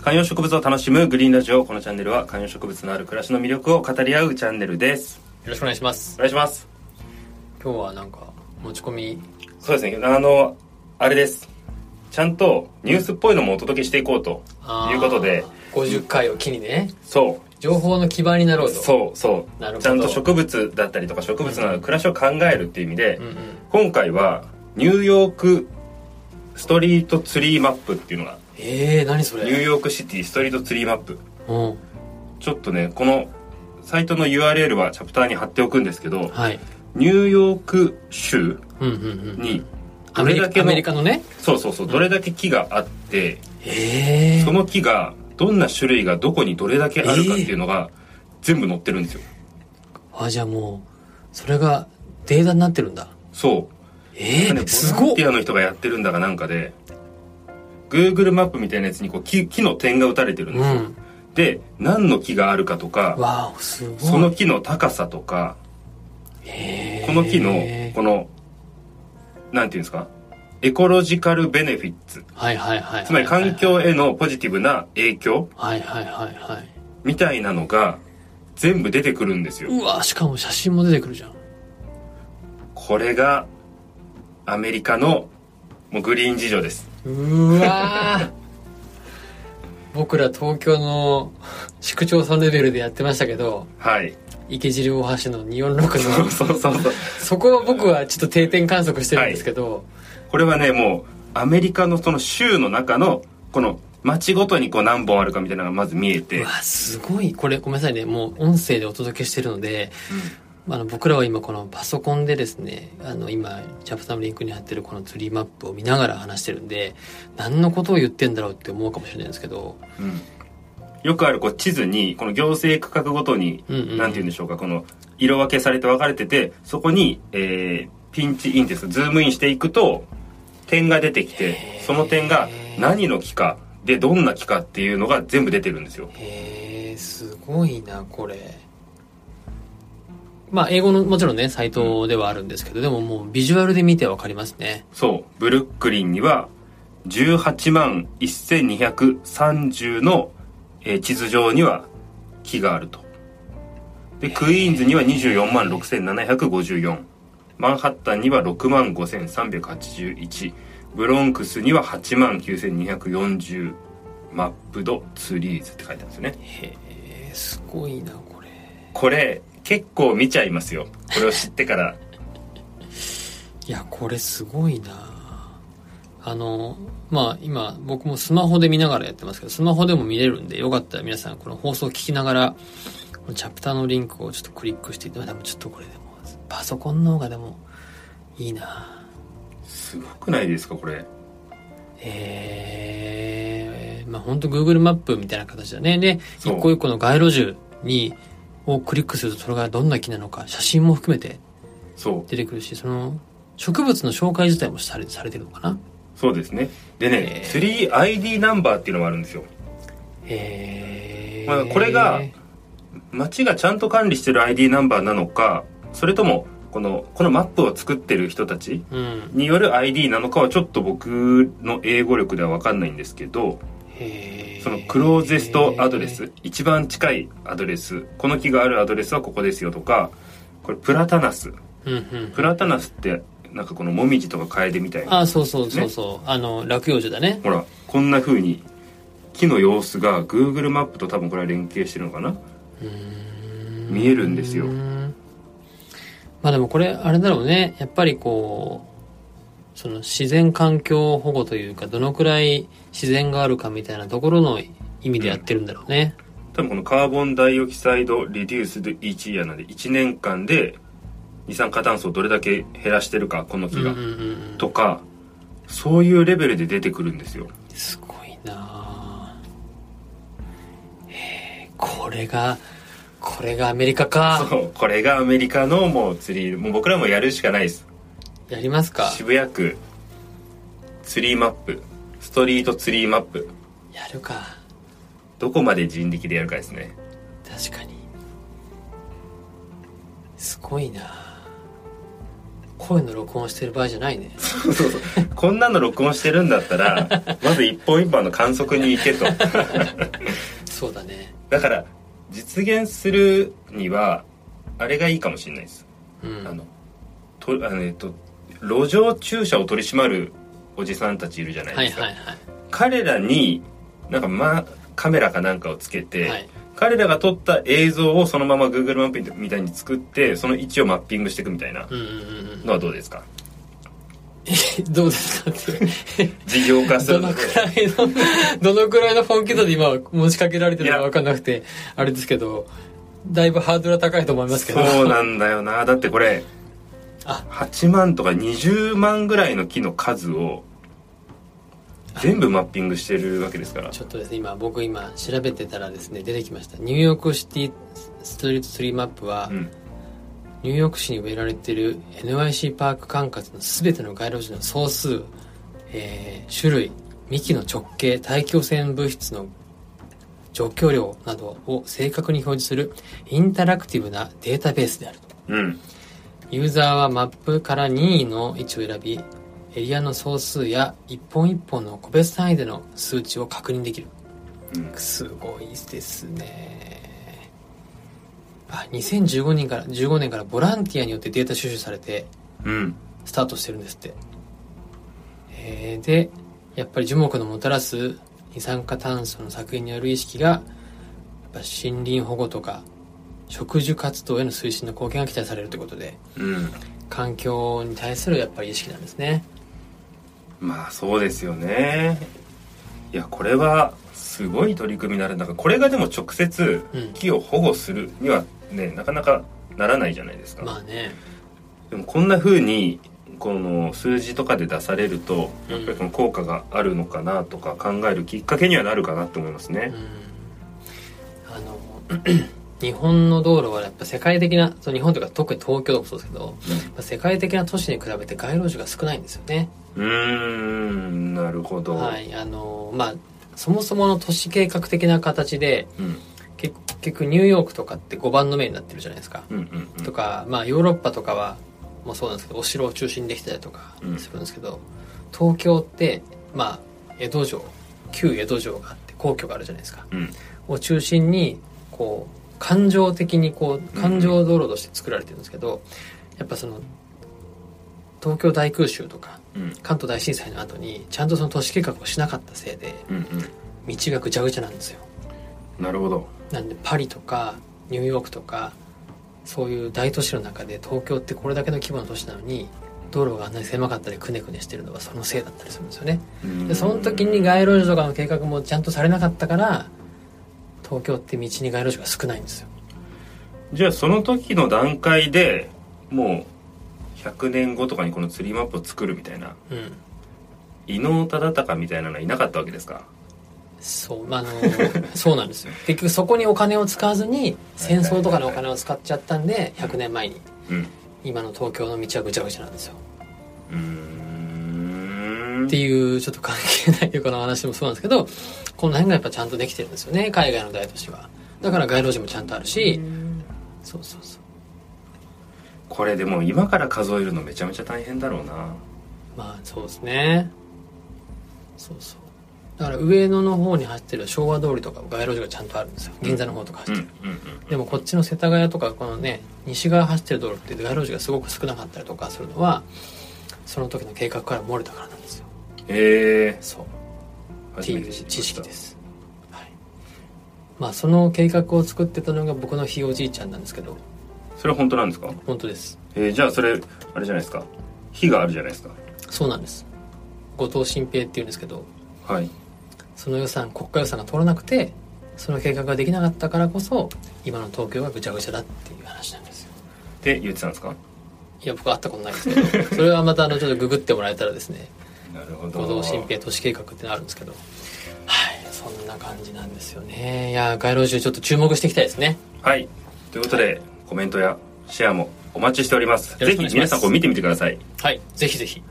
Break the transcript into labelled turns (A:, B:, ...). A: 観葉植物を楽しむグリーンラジオこのチャンネルは観葉植物のある暮らしの魅力を語り合うチャンネルです
B: よろしくお願いします
A: お願いします
B: 今日はなんか持ち込み
A: そうですねあのあれですちゃんとニュースっぽいのもお届けしていこうと
B: あー
A: いうことで
B: 50回を機にね
A: そ
B: 情報の基盤になろ
A: う
B: うと
A: そうそ
B: なる
A: う
B: ほど
A: ちゃんと植物だったりとか植物の暮らしを考えるっていう意味で、
B: うんうん
A: 今回はニューヨークストリートツリーマップっていうのが
B: えー、何それ
A: ニューヨークシティストリートツリーマップ
B: うん
A: ちょっとねこのサイトの URL はチャプターに貼っておくんですけど
B: はい
A: ニューヨーク州
B: うんうんうん
A: に
B: ア
A: ど
B: メ
A: れ
B: リ
A: だ
B: カ
A: け
B: ア
A: の
B: メリカのね
A: そうそうそうどれだけ木があって
B: ええ
A: その木がどんな種類がどこにどれだけあるかっていうのが全部載ってるんですよ
B: あじゃあもうそれがデータになってるんだ
A: そう
B: え
A: なんか
B: ー、
A: ね
B: す
A: ボラ
B: ご
A: ン
B: っ
A: ティアの人がやってるんだかなんかで Google マップみたいなやつにこう木木の点が打たれてるん
B: う
A: ですよ、
B: ん
A: で何の木があるかとか
B: わあすごい
A: その木の高さとか
B: えー
A: この木のこのなんていうんですかエコロジカルベネフィッツ
B: はいはいはいはい
A: つまり環境へのポジティブな影響
B: はいはいはいはい
A: みたいなのが全部出てくるんですよ
B: うわしかも写真も出てくるじゃん
A: これがアメリカのもうグリーン事情です
B: うわー僕ら東京の市区町村レベルでやってましたけど
A: はい
B: 池尻大橋の246
A: そうそ
B: の
A: うそうそう
B: そこは僕はちょっと定点観測してるんですけど、
A: これはねもうアメリカのその州の中のこの町ごとにこう何本あるかみたいなのがまず見え
B: う
A: て
B: わすごいこれごめんなさいねもう音声でお届けしてるので、あの僕らは今このパソコンでですねあの今チャプターのリンクに貼ってるこのツリーマップを見ながら話してるんで何のことを言ってんだろうって思うかもしれないんですけど
A: うんよくあるこう地図にこの行政区画ごとに
B: うんうんうん
A: なんて言うんでしょうかこの色分けされて分かれててそこに、えーピンチインっていうんですかズームインしていくと点が出てきてその点が何の木かでどんな木かっていうのが全部出てるんですよ
B: へえすごいなこれまあ英語のもちろんねサイトではあるんですけど、でももうビジュアルで見てわかりますね
A: そうブルックリンには18万1230の、えー地図上には木があるとでクイーンズには24万6754マンハッタンには6万5381ブロンクスには8万9240マップドツリーズって書いてあるんですよね
B: へえすごいなこれ
A: これ結構見ちゃいますよこれを知ってから
B: いやこれすごいなあのまあ今僕もスマホで見ながらやってますけどスマホでも見れるんでよかったら皆さんこの放送を聞きながらこのチャプターのリンクをちょっとクリックしていただいてでもちょっとこれでもパソコンの方がでもいいな
A: すごくないですかこれ
B: えー、まあ本当 Google マップみたいな形だね。で、
A: そ
B: 一
A: う
B: 個一個の街路樹に、をクリックするとそれがどんな木なのか、写真も含めて
A: そう
B: 出てくるし、その、植物の紹介自体もされされてるのかな
A: そうですねでね
B: へ
A: 3ID ナンバーっていうのもあるんですよ
B: えー。
A: まあこれが町がちゃんと管理してる ID ナンバーなのかそれともこのこのマップを作ってる人たち
B: うん。
A: による ID なのかはちょっと僕の英語力では分かんないんですけど
B: へー
A: そのクローゼストアドレス一番近いアドレスこの木があるアドレスはここですよとかこれプラタナス
B: うんうん。
A: プラタナスってなんかこのモミジとかカエデみたいな
B: あ、そうそうそうそう。あの、落葉樹だね。
A: ほらこんな風に木の様子が Google マップと多分これは連携してるのかな見えるんですよ
B: うんまあでもこれあれだろうねやっぱりこうその自然環境保護というかどのくらい自然があるかみたいなところの意味でやってるんだろうね、
A: 多分このカーボンダイオキサイドリデュースド1イヤーなんで1年間で二酸化炭素をどれだけ減らしてるかこの木
B: うんう
A: が、
B: んうん、
A: とかそういうレベルで出てくるんですよ
B: すごいなあへえこれがこれがアメリカか
A: そうこれがアメリカのもう釣りもう僕らもやるしかないです
B: やりますか
A: 渋谷区ツリーマップストリートツリーマップ
B: やるか
A: どこまで人力でやるかですね
B: 確かにすごいなあ声の録音してる場合じゃないね
A: そうそうそうこんなの録音してるんだったらまず一本一本の観測に行けと
B: そうだね
A: だから実現するにはあれがいいかもしれないです、
B: う
A: あ
B: ん
A: のとあのえっと路上駐車を取り締まるおじさんたちいるじゃない
B: は
A: で
B: い
A: すか、
B: はいは
A: 彼らになんか、ま、カメラかなんかをつけ
B: い
A: て、
B: はい
A: 彼らが撮った映像をそのまま Google マップみたいに作ってその位置をマッピングしていくみたいな
B: うんうんう んうん
A: のはどうですか
B: どうですかって。
A: 事業化す
B: ど
A: るので
B: のくらいの、どのくらいの本気度で今持ちかけられてるの
A: い
B: か
A: や
B: わかんなくて、あれですけど、だいぶハードルは高いと思いますけど。
A: そうなんだよなだってこれ
B: あ
A: 8万とか20万ぐらいの木の数を全部マッピングしてるわけですから
B: ちょっとですね、今、僕今調べてたらですね、出てきました。ニューヨークシティストリートツリーマップは、
A: うん
B: ニューヨーク市に植えられている NYC パーク管轄の全ての街路樹の総数、えー種類、幹の直径、大気汚染物質の除去量などを正確に表示するインタラクティブなデータベースであると。
A: うん
B: ユーザーはマップから任意の位置を選び、エリアの総数や一本一本の個別単位での数値を確認できる。
A: うん
B: すごいですね。あ、2015年から、15年からボランティアによってデータ収集されて
A: うん
B: スタートしてるんですって。えーで、やっぱり樹木のもたらす二酸化炭素の削減による意識が、やっぱ森林保護とか、植樹活動への推進の貢献が期待されるということで、
A: うん
B: 環境に対するやっぱり意識なんですね。
A: まあそうですよねいやこれはすごい取り組みになるんだからこれがでも直接
B: うん
A: 木を保護するにはねなかなかならないじゃないですか、
B: まあね。
A: でもこんな風にこの数字とかで出されるとやっぱりこの効果があるのかなとか考えるきっかけにはなるかなと思います
B: う
A: ね
B: ん。あの、 日本の道路はやっぱ世界的な、その日本というか特に東京とかそうですけど、やっぱ世界的な都市に比べて街路樹が少ないんですよね。
A: うーんなるほど、
B: はい。あの、まあ、そもそもの都市計画的な形で、
A: うん
B: 結結局ニューヨークとかって5番の目になってるじゃないですか。
A: うんうんうん
B: とか、まあヨーロッパとかは、もうそうなんですけど、お城を中心にできたりとか
A: うん
B: するんですけど、東京って、まあ、江戸城、旧江戸城があって、皇居があるじゃないですか。
A: うん
B: を中心にこう感情的にこう感情道路として作られてるんですけど、やっぱその東京大空襲とか
A: うん
B: 関東大震災の後にちゃんとその都市計画をしなかったせいで
A: うん
B: 道がぐちゃぐちゃなんですよ
A: うんなるほど
B: なんでパリとかニューヨークとかそういう大都市の中で東京ってこれだけの規模の都市なのに道路があんなに狭かったりくねくねしてるのはそのせいだったりするんですよね
A: うーん
B: でその時に街路樹とかの計画もちゃんとされなかったから東京って道に街路樹が少ないんですよ
A: じゃあその時の段階でもう100年後とかにこのツリーマップを作るみたいな
B: うん
A: 伊能忠敬みたいなのはいなかったわけですか
B: そう、 まあ、あのそうなんですよ結局そこにお金を使わずに戦争とかのお金を使っちゃったんで100年前に
A: うんう
B: 今の東京の道はぐちゃぐちゃなんですよ
A: ーん
B: っていうちょっと関係ないというかの話もそうなんですけどこの辺がやっぱちゃんとできてるんですよね海外の大都市はだから街路樹もちゃんとあるしそうそうそう
A: これでも今から数えるのめちゃめちゃ大変だろうな
B: まあそうですねそうそうだから上野の方に走ってる昭和通りとか街路樹がちゃんとあるんですよ銀座の方とか走
A: う
B: っ
A: んう
B: て
A: ん
B: る、でもこっちの世田谷とかこのね西側走ってる道路って街路樹がすごく少なかったりとかするのはその時の計画から漏れたからなんですよ
A: ええ
B: そう
A: ー、
B: っ
A: 初
B: てい
A: め
B: う
A: て知りました
B: 知識です、はい、まあその計画を作ってたのが僕のひいおじいちゃんなんですけど
A: それ本当なんですか
B: 本当です
A: えー、じゃあそれあれじゃないですか火があるじゃないですか
B: そうなんです後藤新平っていうんですけど
A: はい
B: その予算国家予算が通らなくてその計画ができなかったからこそ今の東京がぐちゃぐちゃだっていう話なんですよ
A: って言ってたんですか
B: いや僕は会ったことないんですけどそれはまたあのちょっとググってもらえたらですね
A: なるほど
B: 行動新平都市計画ってのあるんですけどはいそんな感じなんですよねいや街路樹ちょっと注目していきたいですね
A: はいということで、コメントやシェアもお待ちしております
B: よろ
A: ぜ
B: しく
A: ひ
B: お願いします
A: 皆さんこう見てみてください
B: はいぜひぜひ